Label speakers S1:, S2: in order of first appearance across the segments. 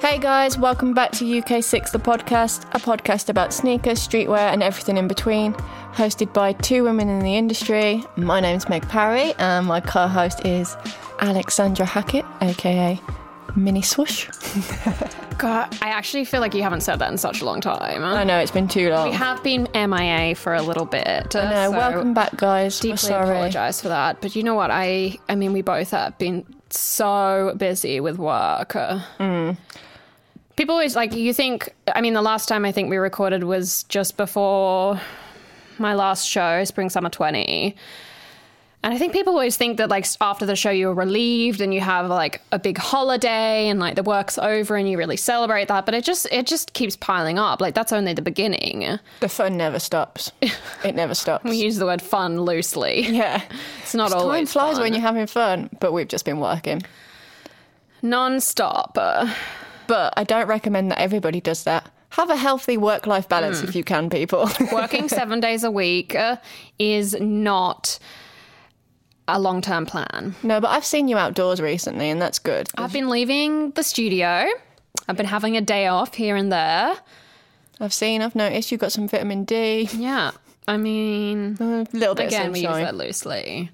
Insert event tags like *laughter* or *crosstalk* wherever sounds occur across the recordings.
S1: Hey guys, welcome back to UK6 The Podcast, a podcast about sneakers, streetwear, and everything in between, hosted by two women in the industry. My name's Meg Parry, and my co host is Alexandra Hackett, aka Mini Swoosh.
S2: God, I actually feel like you haven't said that in such a long time.
S1: I know it's been too long.
S2: We have been MIA for a little bit.
S1: I know.
S2: so
S1: welcome back, guys. We're
S2: Deeply
S1: sorry.
S2: apologize for that, but you know what? I I mean, we both have been so busy with work. Uh,
S1: Mm.
S2: People always like you think. I mean, the last time I think we recorded was just before my last show, Spring Summer Twenty. And I think people always think that like after the show you're relieved and you have like a big holiday and like the work's over and you really celebrate that, but it just it just keeps piling up. Like that's only the beginning.
S1: The fun never
S2: *laughs*
S1: stops. It never stops.
S2: We use the word fun loosely.
S1: yeah.
S2: It's not
S1: Time
S2: always
S1: flies
S2: fun.
S1: when you're having fun, but we've just been working.
S2: non-stop. Uh,
S1: But I don't recommend that everybody does that. Have a healthy work life balance
S2: Hmm.
S1: if you can, people. *laughs*
S2: Working 7 days a week uh, is not a long-term plan.
S1: no, but I've seen you outdoors recently, and that's good.
S2: I've been leaving the studio. I've been having a day off here and there.
S1: I've seen, I've noticed you've got some vitamin D, *laughs*
S2: Yeah. I mean,
S1: a little bit
S2: Again,
S1: of
S2: we use
S1: sunshine.
S2: that loosely.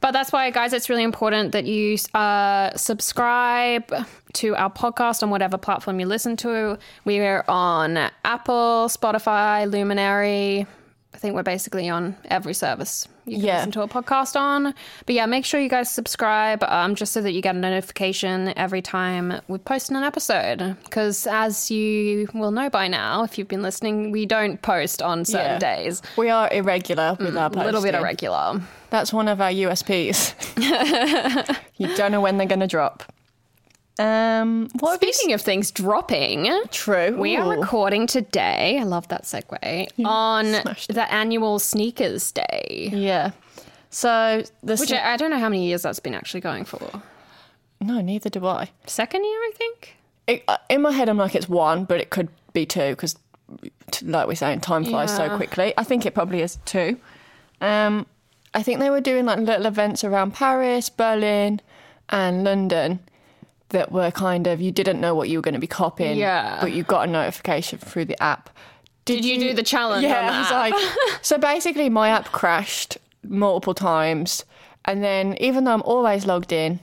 S2: But that's why, guys, it's really important that you uh, subscribe to our podcast on whatever platform you listen to. We are on Apple, Spotify, Luminary. I think we're basically on every service you can
S1: Yeah.
S2: listen to a podcast on. But yeah, make sure you guys subscribe um, just so that you get a notification every time we post an episode. Because as you will know by now, if you've been listening, we don't post on certain
S1: Yeah.
S2: days Mm,
S1: We are irregular with our
S2: a
S1: posting.
S2: little bit irregular.
S1: That's one of our
S2: *laughs*
S1: USPs. you don't know when they're going to drop. Um, what have you
S2: Speaking of things dropping,
S1: True.
S2: we
S1: Ooh.
S2: are recording today. I love that segue on
S1: smashed
S2: the annual Sneakers Day,
S1: Yeah. So the
S2: which
S1: sne-
S2: I, I don't know how many years that's been actually going for.
S1: no, neither do I.
S2: Second year, I think.
S1: It, uh, in my head, I'm like it's one, but it could be two because, like we're saying, time flies so
S2: Yeah.
S1: quickly. I think it probably is two. Um, I think they were doing like little events around Paris, Berlin, and London that were kind of you didn't know what you were going to be copying,
S2: Yeah.
S1: but you got a notification through the app.
S2: Did you do the challenge?
S1: Yeah, *laughs*
S2: on the
S1: I was
S2: app?
S1: like, so basically, my app crashed multiple times, and then even though I'm always logged in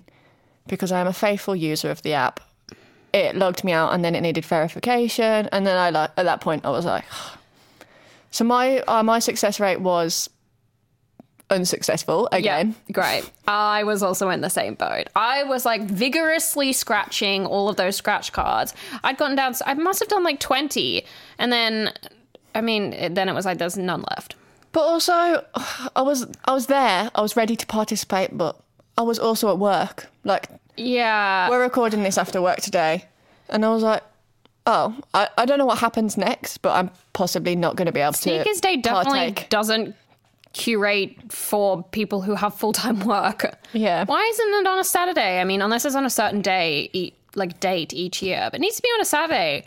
S1: because I'm a faithful user of the app, it logged me out, and then it needed verification, and then I like at that point I was like, *sighs* so my uh, my success rate was unsuccessful
S2: Yeah,
S1: again.
S2: great. I was also in the same boat. I was like vigorously scratching all of those scratch cards. I'd gotten down, I must have done like 20. And then, I mean, it- then it was like, there's none left.
S1: But also, *sighs* I was I was there, I was ready to participate, but I was also at work, like
S2: Yeah.
S1: we're recording this after work today. And I was like, oh, I, I don't know what happens next, but I'm possibly not going to be able to.
S2: Sneakers Day definitely
S1: partake.
S2: doesn't curate for people who have full time *laughs* work.
S1: Yeah.
S2: Why isn't it on a Saturday? I mean, unless it's on a certain day, e- like date each year, but it needs to be on a Saturday.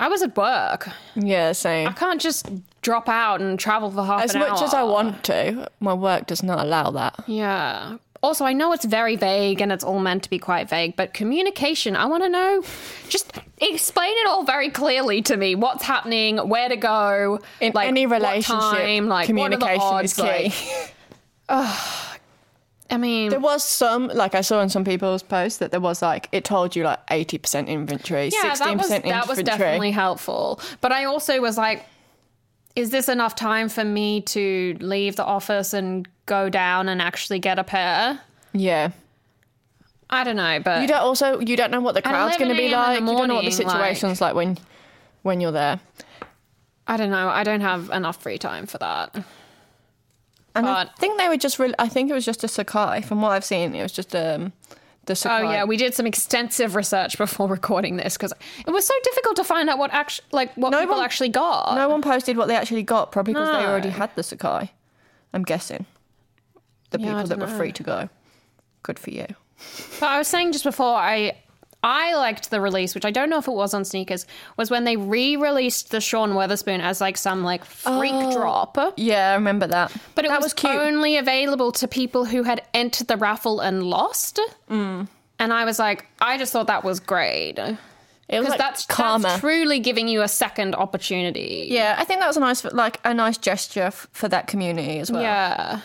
S2: I was at work.
S1: Yeah, same.
S2: I can't just drop out and travel for half
S1: As
S2: an
S1: much as I
S2: hour.
S1: want to, my work does not allow that.
S2: Yeah. Also, I know it's very vague and it's all meant to be quite vague, but communication, I want to know. Just explain it all very clearly to me. What's happening? Where to go?
S1: In any relationship,
S2: what time, like, what are the
S1: communication
S2: odds,
S1: is key.
S2: like- I mean,
S1: there was some, like I saw on some people's posts that there was like, it told you like 80% inventory, 16%
S2: that was,
S1: inventory.
S2: That was definitely helpful. But I also was like, is this enough time for me to leave the office and go down and actually get a pair?
S1: Yeah.
S2: I don't know, but
S1: You don't also, you don't know what the crowd's going to
S2: 11
S1: be
S2: a.m.
S1: like.
S2: in the
S1: you don't know what the
S2: morning, like-
S1: situation's like, when when you're there.
S2: I don't know. I don't have enough free time for that.
S1: And I
S2: But-
S1: think they were just. Re- I think it was just a Sakai. From what I've seen, it was just um, the
S2: Oh
S1: Sakai.
S2: yeah, we did some extensive research before *laughs* recording this because it was so difficult to find out what actually, like, what people
S1: one-
S2: actually got.
S1: no one posted what they actually got, probably because they
S2: No.
S1: already had the Sakai. I'm guessing the
S2: I
S1: people that
S2: don't
S1: were
S2: know.
S1: free to go. Good for you.
S2: But I was saying just before, I I liked the release, which I don't know if it was on sneakers, was when they re-released the Sean Weatherspoon as like some like freak drop. But
S1: Yeah, I remember that.
S2: it
S1: Oh. that
S2: was,
S1: was cute.
S2: only available to people who had entered the raffle and lost. And I was like, I just thought that was great. Because
S1: Mm. It was like
S2: that's,
S1: karma.
S2: that's truly giving you a second opportunity.
S1: yeah, I think that was a nice, like a nice gesture f- for that community as well.
S2: Yeah.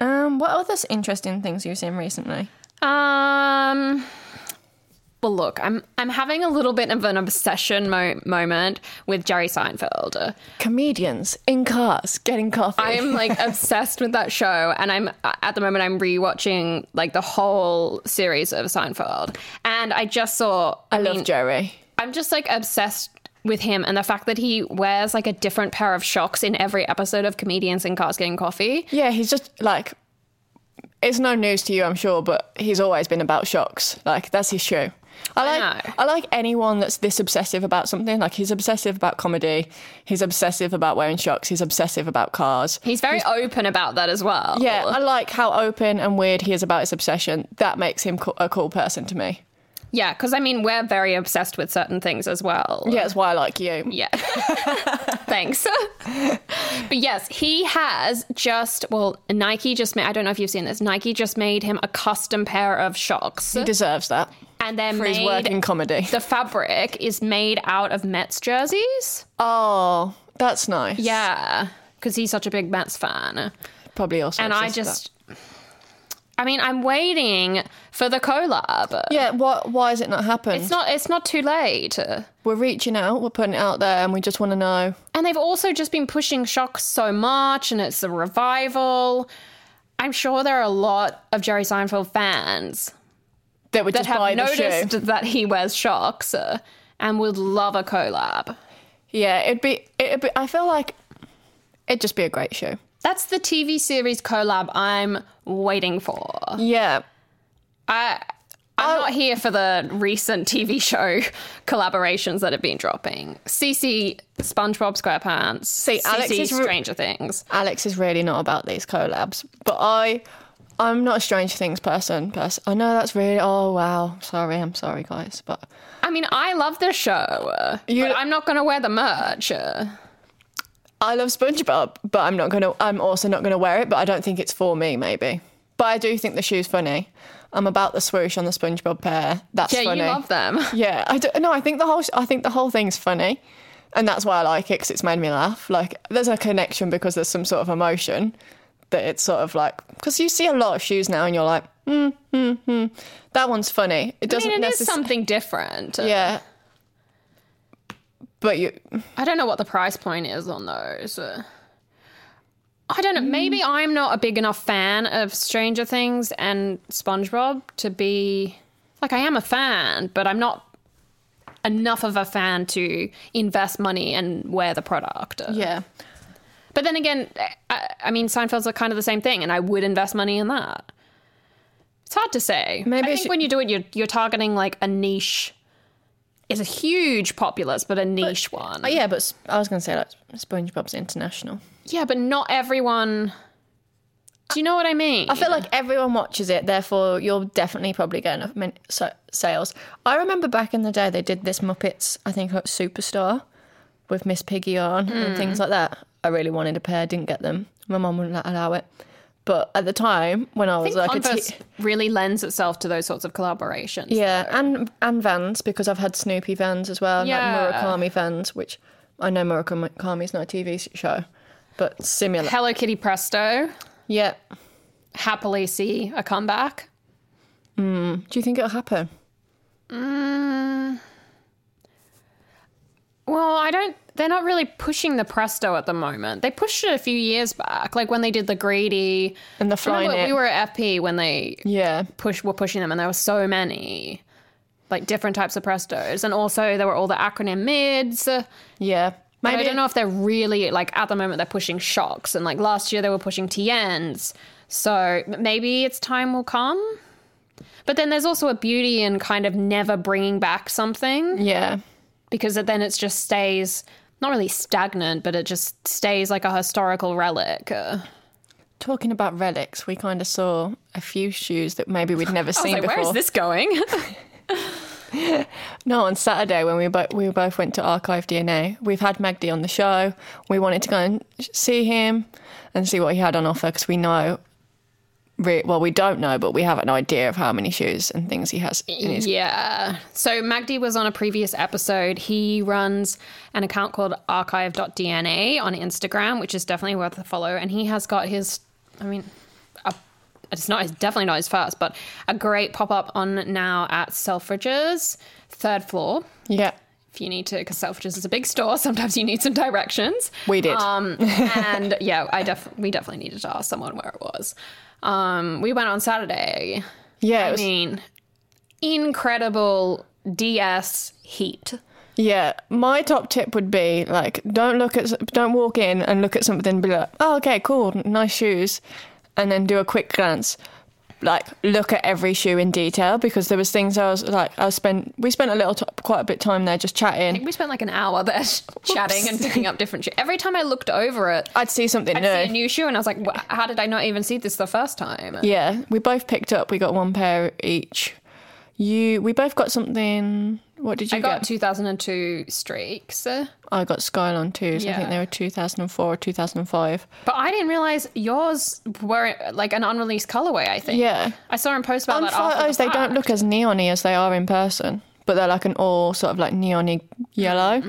S1: Um, what other s- interesting things you've seen recently?
S2: Um. Well, look, I'm I'm having a little bit of an obsession mo- moment with Jerry Seinfeld.
S1: Comedians in cars getting coffee. *laughs*
S2: I'm like obsessed with that show, and I'm uh, at the moment I'm rewatching like the whole series of Seinfeld, and I just saw.
S1: I love Jerry.
S2: I'm just like obsessed with him and the fact that he wears like a different pair of shocks in every episode of Comedians in Cars Getting Coffee.
S1: Yeah, he's just like. It's no news to you, I'm sure, but he's always been about shocks. Like that's his show. I like
S2: know.
S1: I, like anyone that's this obsessive about something. Like he's obsessive about comedy. He's obsessive about wearing shocks. He's obsessive about cars.
S2: He's very open about that as well.
S1: Yeah, I like how open and weird he is about his obsession. That makes him co- a cool person to me.
S2: yeah, because I mean we're very obsessed with certain things as well.
S1: Yeah, that's why I like you.
S2: Yeah. *laughs* Thanks. *laughs* but yes, he has just, well, Nike just made, I don't know if you've seen this, Nike just made him a custom pair of shocks.
S1: He deserves that
S2: And they're
S1: for his work
S2: made,
S1: in comedy.
S2: the fabric is made out of Mets jerseys.
S1: Oh, that's nice.
S2: Yeah. Because he's such a big Mets fan.
S1: probably also.
S2: And I
S1: obsessed with that.
S2: just, I mean, I'm waiting for the collab.
S1: yeah. Why why has it not happened?
S2: It's not, it's not too late.
S1: we're reaching out. We're putting it out there, and we just want to know.
S2: And they've also just been pushing shocks so much, and it's a revival. I'm sure there are a lot of Jerry Seinfeld fans
S1: that would
S2: that
S1: just buy
S2: have
S1: the shoe.
S2: noticed that he wears shocks uh, and would love a collab.
S1: Yeah, it'd be, it'd be. I feel like it'd just be a great shoe.
S2: That's the TV series collab I'm waiting for.
S1: Yeah,
S2: I. I'm
S1: Oh.
S2: not here for the recent TV show *laughs* collaborations that have been dropping. CC SpongeBob SquarePants. See,
S1: Alex is re-
S2: Stranger Things.
S1: Alex is really not about these collabs, but I, I'm not a Strange Things person. Pers- I know that's really. Oh wow, sorry, I'm sorry, guys, but
S2: I mean, I love the show, uh,
S1: You-
S2: but I'm not going to wear the merch. uh.
S1: I love SpongeBob, but I'm not gonna. I'm also not gonna wear it. But I don't think it's for me. Maybe, but I do think the shoe's funny. I'm about the swoosh on the SpongeBob pair. That's
S2: Yeah,
S1: funny.
S2: you love them. *laughs*
S1: Yeah, I don't, no, I think the whole I think the whole thing's funny, and that's why I like it because it's made me laugh. Like there's a connection because there's some sort of emotion that it's sort of like because you see a lot of shoes now and you're like, hmm, hmm, hmm, that one's funny. It
S2: I
S1: doesn't
S2: mean, it is
S1: necess-
S2: something different.
S1: Yeah, but you
S2: I don't know what the price point is on those. uh. I don't know. Maybe
S1: Mm.
S2: I'm not a big enough fan of Stranger Things and SpongeBob to be like I am a fan, but I'm not enough of a fan to invest money and wear the product. uh.
S1: yeah.
S2: But then again, I, I mean, Seinfeld's are kind of the same thing, and I would invest money in that. It's hard to say.
S1: Maybe I
S2: I think
S1: should-
S2: when you do it, you're you're targeting like a niche. It's a huge populace, but a niche one.
S1: But yeah, but s- I was gonna say like SpongeBob's international.
S2: yeah, but not everyone. Do you know what I mean?
S1: I feel like everyone watches it, therefore you're definitely probably getting enough min- so- sales. I remember back in the day they did this Muppets, I think like Superstar, with Miss Piggy on
S2: Hmm.
S1: and things like that. I really wanted a pair, didn't get them. My mum wouldn't let- allow it. But at the time when I was like a
S2: Converse
S1: te-
S2: really lends itself to those sorts of collaborations.
S1: yeah, and and Vans because I've had Snoopy Vans as well, and
S2: Yeah.
S1: like Murakami Vans, which I know Murakami's not a TV show, but similar.
S2: Hello Kitty Presto
S1: Yeah.
S2: happily see a comeback.
S1: Do you think it'll happen?
S2: Well, I don't. They're not really pushing the Presto at the moment. They pushed it a few years back, like when they did the Greedy.
S1: And the
S2: I
S1: flying
S2: remember
S1: it.
S2: we were at FP when they
S1: yeah.
S2: push were pushing them, and there were so many, like different types of Prestos, and also there were all the acronym mids. But
S1: Yeah.
S2: I don't know if they're really like at the moment they're pushing shocks, and like last year they were pushing TNs. So m- maybe its time will come. But then there's also a beauty in kind of never bringing back something
S1: Yeah.
S2: because it- then it just stays not really stagnant, but it just stays like a historical relic. Uh,
S1: Talking about relics, we kind of saw a few shoes that maybe we'd never
S2: *laughs* I was
S1: seen
S2: like,
S1: before.
S2: where is this going? *laughs*
S1: No, on Saturday when we both we both went to Archive DNA, we've had Magdi on the show. We wanted to go and see him and see what he had on offer because we know re- well, we don't know, but we have an idea of how many shoes and things he has in his.
S2: Yeah. So Magdi was on a previous episode. He runs an account called archive.dna on Instagram, which is definitely worth a follow. And he has got his, I mean, a, it's not, it's definitely not his first, but a great pop up on now at Selfridges, third floor.
S1: Yeah,
S2: If you need to, because Selfridges is a big store, *laughs* sometimes you need some directions.
S1: we did.
S2: Um, and yeah, I def- we definitely needed to ask someone where it was. Um, we went on Saturday.
S1: yeah, it
S2: I
S1: was,
S2: mean, incredible DS heat.
S1: yeah. My top tip would be like, don't look at, s- don't walk in and look at something and be like, oh, okay, cool, nice shoes, and then do a quick glance. Like, look at every shoe in detail because there was things I was like, I spent, we spent a little, t- quite a bit time there just chatting.
S2: We spent like an hour there *laughs* chatting and picking up different shoes. Every time I looked over it,
S1: I'd see something
S2: I'd
S1: new.
S2: see a new shoe and I was like, "Wha- how did I not even see this the first time?
S1: Yeah, we both picked up. We got one pair each. You, we both got something. What did you
S2: I got
S1: get?
S2: 2002 streaks, uh,
S1: I got Skyline twos. I think
S2: Yeah.
S1: they were 2004 or 2005.
S2: but I didn't realize yours were like an unreleased colorway. I think.
S1: Yeah.
S2: I saw him post about
S1: On
S2: that. after the
S1: photos, they
S2: fact.
S1: don't look as neony as they are in person, but they're like an all sort of like neony yellow.
S2: Mm-hmm.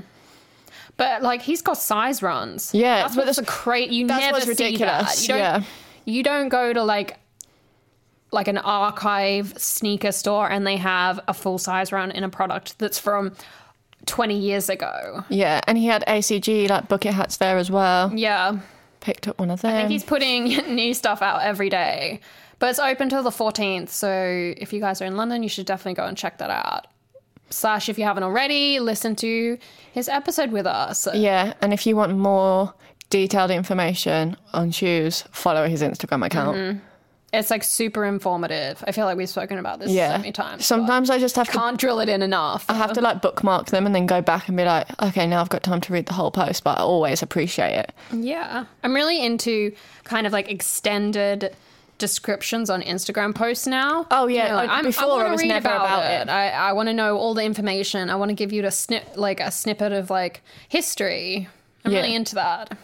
S2: But like he's got size runs.
S1: Yeah,
S2: that's
S1: but
S2: what's a great. You
S1: that's
S2: never
S1: what's ridiculous,
S2: See that. You don't,
S1: yeah.
S2: you don't go to like like an archive sneaker store and they have a full size run in a product that's from twenty years ago.
S1: Yeah, and he had ACG like bucket hats there as well.
S2: Yeah,
S1: Picked up one of
S2: I
S1: them.
S2: think he's putting *laughs* new stuff out every day. But it's open till the 14th, so if you guys are in London, you should definitely go and check that out. Slash, if you haven't already, listen to his episode with us.
S1: Yeah, and if you want more detailed information on shoes, follow his Instagram account.
S2: Mm-hmm. It's like super informative. I feel like we've spoken about this
S1: Yeah,
S2: so many times. but
S1: sometimes I just have to
S2: can't drill it in enough.
S1: I have to like bookmark them and then go back and be like, okay, now I've got time to read the whole post, but I always appreciate it.
S2: Yeah. I'm really into kind of like extended descriptions on Instagram posts now.
S1: Oh, yeah.
S2: You know, like,
S1: Oh,
S2: I'm,
S1: before,
S2: I wanna
S1: I was
S2: read
S1: never
S2: about,
S1: about
S2: it.
S1: it.
S2: I, I want to know all the information. I want to give you a snip, like a snippet of like history. I'm
S1: Yeah.
S2: really into that.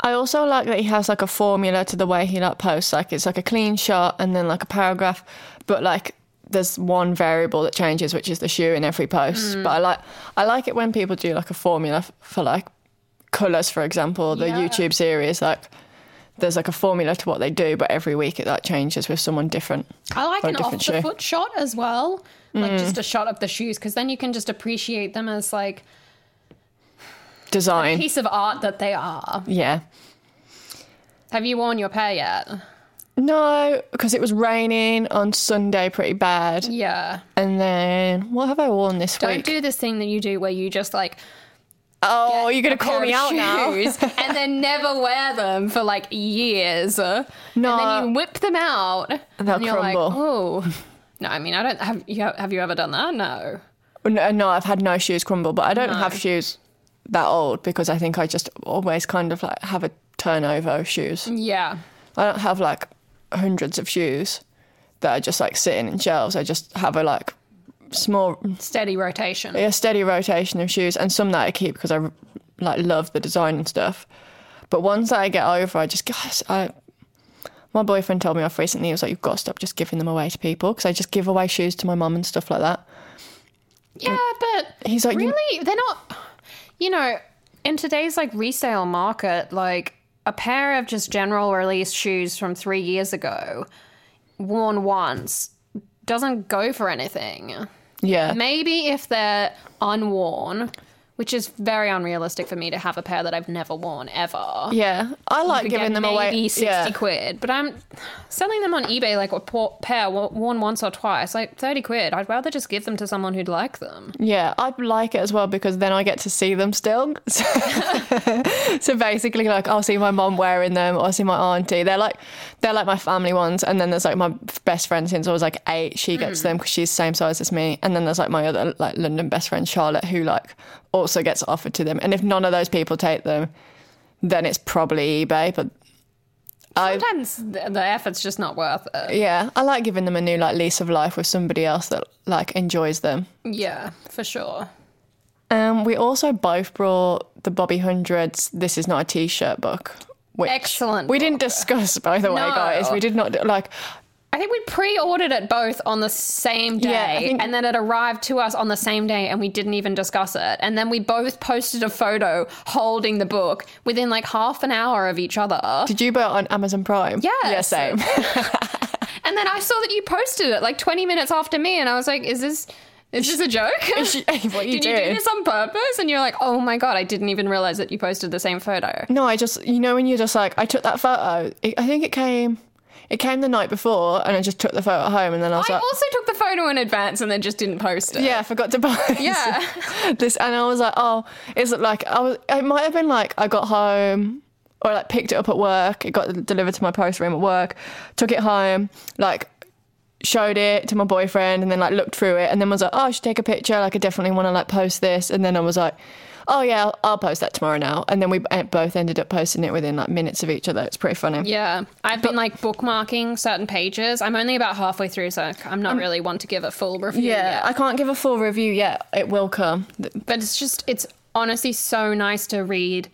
S1: I also like that he has like a formula to the way he like posts. Like it's like a clean shot and then like a paragraph, but like there's one variable that changes, which is the shoe in every post.
S2: Mm.
S1: But I like I like it when people do like a formula f- for like colours, for example, the
S2: Yeah.
S1: YouTube series. Like there's like a formula to what they do, but every week it like changes with someone different.
S2: I like
S1: Or a
S2: an off the
S1: different shoe.
S2: foot shot as well, like
S1: Mm.
S2: just a shot of the shoes, because then you can just appreciate them as like
S1: Design.
S2: piece of art that they are.
S1: yeah.
S2: Have you worn your pair yet?
S1: No, because it was raining on Sunday pretty bad.
S2: Yeah.
S1: And then what have I worn this
S2: Don't
S1: week?
S2: do this thing that you do where you just like
S1: oh, you're gonna
S2: a pair
S1: call me
S2: of
S1: out now. *laughs*
S2: shoes and then never wear them for like years. No. And then you whip them out and,
S1: they'll
S2: you're like,
S1: crumble.
S2: oh. *laughs* No, I mean, I don't have you have you ever done that? No.
S1: No, uh, no, I've had no shoes crumble, but I don't have shoes that old because I think I just always kind of like have a turnover of shoes.
S2: Yeah.
S1: I don't have like hundreds of shoes that are just like sitting in shelves. I just have a like small,
S2: Steady rotation.
S1: a steady rotation of shoes and some that I keep because I like love the design and stuff. But ones that I get over, I just gosh, I. My boyfriend told me off recently. He was like, "You've got to stop just giving them away to people because I just give away shoes to my mum and stuff like that."
S2: Yeah, but
S1: He's like, "You-
S2: really they're not you know, in today's like resale market, like a pair of just general release shoes from three years ago, worn once, doesn't go for anything.
S1: "Yeah,
S2: Maybe if they're unworn, which is very unrealistic for me to have a pair that I've never worn ever.
S1: yeah, I like
S2: Could
S1: giving
S2: get
S1: them
S2: maybe
S1: away."
S2: sixty
S1: yeah,
S2: quid, but I'm selling them on eBay like a poor pair wo- worn once or twice, like thirty quid. I'd rather just give them to someone who'd like them.
S1: yeah, I like it as well because then I get to see them still. *laughs*
S2: *laughs*
S1: So, so basically, like I'll see my mum wearing them, or I see my auntie. They're like, they're like my family ones. And then there's like my best friend since I was like eight. She
S2: Mm.
S1: gets them because she's same size as me. And then there's like my other like London best friend Charlotte, who like also gets offered to them. And if none of those people take them, then it's probably eBay. But I
S2: Sometimes the, the effort's just not worth it.
S1: yeah, I like giving them a new like lease of life with somebody else that like enjoys them.
S2: Yeah, for sure.
S1: Um, we also both brought the Bobby Hundreds This Is Not a T shirt book. Which
S2: Excellent
S1: We didn't discuss, by the way,
S2: No.
S1: guys. We did not like.
S2: I think we pre-ordered it both on the same day,
S1: Yeah, I think-
S2: and then it arrived to us on the same day, and we didn't even discuss it. And then we both posted a photo holding the book within like half an hour of each other.
S1: Did you buy it on Amazon Prime? Yeah,
S2: Yes.
S1: same. *laughs*
S2: And then I saw that you posted it like 20 minutes after me, and I was like, "Is this is this a joke?
S1: Is she- *laughs* what are you
S2: *laughs* Did you
S1: doing?
S2: do this on purpose?" And you're like, "Oh my god, I didn't even realize that you posted the same photo."
S1: No, I just you know when you're just like I took that photo. It, I think it came, it came the night before, and I just took the photo home, and then I was
S2: I
S1: like,
S2: also took the photo in advance and then just didn't post it.
S1: yeah, I forgot to buy. *laughs*
S2: Yeah.
S1: this, and I was like, oh, is it like I was? It might have been like I got home. Or like picked it up at work. It got delivered to my post room at work. Took it home, like showed it to my boyfriend, and then like looked through it, and then was like, oh, I should take a picture. Like I definitely want to like post this. And then I was like, oh yeah, I'll, I'll post that tomorrow now. And then we b- both ended up posting it within like minutes of each other. It's pretty funny.
S2: Yeah, I've been like bookmarking certain pages. I'm only about halfway through, so I'm not really one to give a full review.
S1: Yeah, I
S2: yet.
S1: can't give a full review yet. It will come. Th-
S2: but it's just it's honestly so nice to read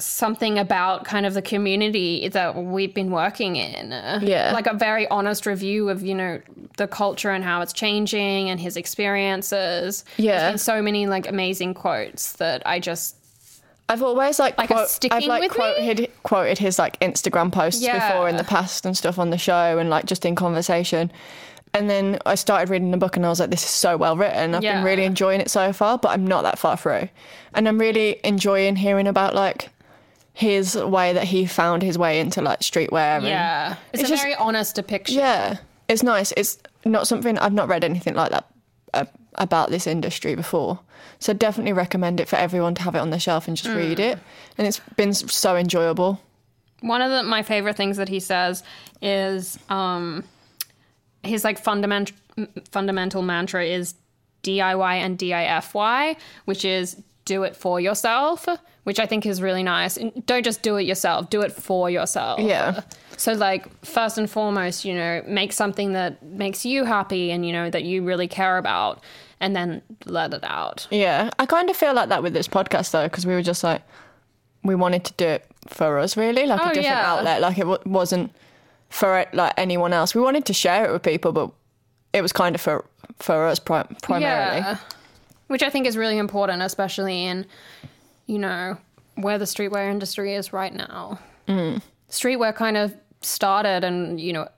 S2: something about kind of the community that we've been working in.
S1: Yeah.
S2: like a very honest review of you know the culture and how it's changing and his experiences.
S1: Yeah.
S2: There's been so many like amazing quotes that I just
S1: I've always like,
S2: Like a sticking
S1: I've like
S2: with me?
S1: quoted quoted his like Instagram posts
S2: Yeah.
S1: before in the past and stuff on the show and like just in conversation. And then I started reading the book and I was like, this is so well written. I've
S2: Yeah.
S1: been really enjoying it so far, but I'm not that far through. And I'm really enjoying hearing about like his way that he found his way into like streetwear. and-
S2: yeah, it's,
S1: It's
S2: a
S1: just-
S2: very honest depiction.
S1: Yeah, it's nice. It's not something I've not read anything like that uh, about this industry before. So definitely recommend it for everyone to have it on their shelf and just read
S2: Hmm.
S1: it. And it's been s- so enjoyable.
S2: one of the, my favorite things that he says is um, his like fundament, fundamental mantra is DIY and DIFY, which is do it for yourself, which I think is really nice. And don't just do it yourself, do it for yourself.
S1: Yeah.
S2: So like first and foremost, you know, make something that makes you happy and you know that you really care about and then let it out.
S1: Yeah, I kind of feel like that with this podcast though, because we were just like, we wanted to do it for us, really, like a
S2: Oh,
S1: different
S2: yeah.
S1: outlet. Like it w- wasn't for it, like anyone else. We wanted to share it with people, but it was kind of for for us prim- primarily.
S2: Yeah. Which I think is really important, especially in, you know, where the streetwear industry is right now. Streetwear kind of started and, you know,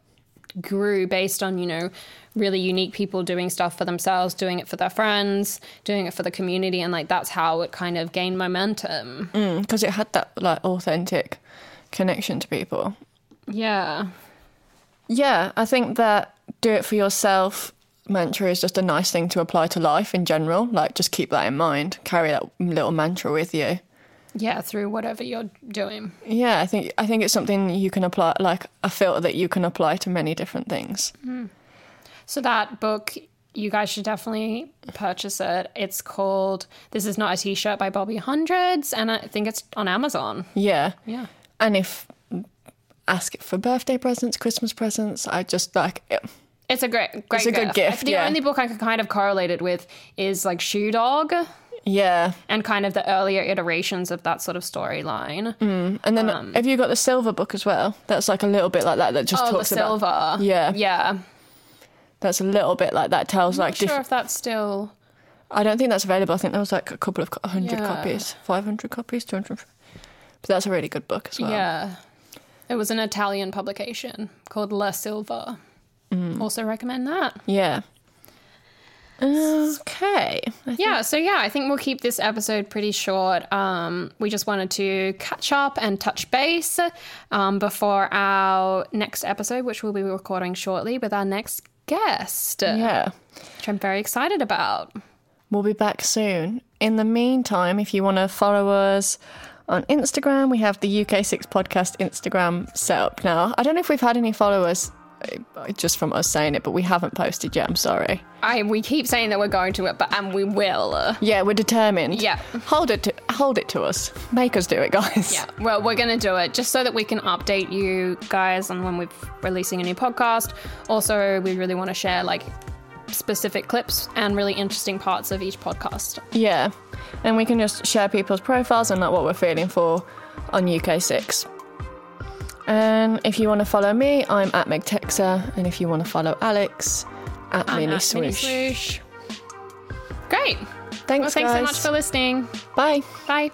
S2: grew based on, you know, really unique people doing stuff for themselves, doing it for their friends, doing it for the community. And like that's how it kind of gained momentum.
S1: because Mm, it had that like authentic connection to people.
S2: Yeah.
S1: Yeah, I think that do it for yourself mantra is just a nice thing to apply to life in general. Like, just keep that in mind, carry that little mantra with you.
S2: Yeah, through whatever you're doing.
S1: Yeah, I think I think it's something you can apply, like a filter that you can apply to many different things.
S2: Mm-hmm. So that book, you guys should definitely purchase it. It's called "This Is Not a T-Shirt" by Bobby Hundreds, and I think it's on Amazon.
S1: Yeah,
S2: Yeah,
S1: and if ask it for birthday presents, Christmas presents, I just like it.
S2: it's a great,
S1: It's
S2: great.
S1: a good gift,
S2: The
S1: yeah.
S2: only book I could kind of correlate it with is like Shoe Dog
S1: yeah.
S2: and kind of the earlier iterations of that sort of storyline.
S1: Mm, And then have you got the silver book as well? That's like a little bit like that. That just
S2: Um. Oh, the
S1: talks about
S2: silver.
S1: Yeah.
S2: yeah.
S1: that's a little bit like that tells like
S2: Not sure
S1: different.
S2: if that's still
S1: I don't think that's available. I think there was like a couple of co- hundred
S2: Yeah.
S1: copies, five hundred copies, two hundred. But that's a really good book as well.
S2: Yeah. It was an Italian publication called La Silva.
S1: Mm.
S2: Also recommend that.
S1: Yeah. Okay.
S2: Yeah, so yeah, I think we'll keep this episode pretty short. Um, we just wanted to catch up and touch base um, before our next episode, which we'll be recording shortly with our next guest,
S1: Yeah.
S2: which I'm very excited about.
S1: We'll be back soon. In the meantime, if you want to follow us on Instagram, we have the UK6 Podcast Instagram set up now. I don't know if we've had any followers uh, just from us saying it, but we haven't posted yet. I'm sorry.
S2: I we keep saying that we're going to it, but and we will.
S1: Yeah, we're determined.
S2: Yeah.
S1: Hold it to, hold it to us. Make us do it, guys.
S2: Yeah, well, we're going to do it just so that we can update you guys on when we're releasing a new podcast. Also, we really want to share like specific clips and really interesting parts of each podcast.
S1: Yeah. And we can just share people's profiles and like what we're feeling for on UK6. And if you want to follow me, I'm at MegTexa. And if you want to follow Alex, at
S2: I'm
S1: Mini
S2: at Mini
S1: Swoosh.
S2: Swoosh. Great.
S1: Thanks,
S2: Well, thanks so
S1: guys.
S2: much for listening.
S1: Bye.
S2: Bye.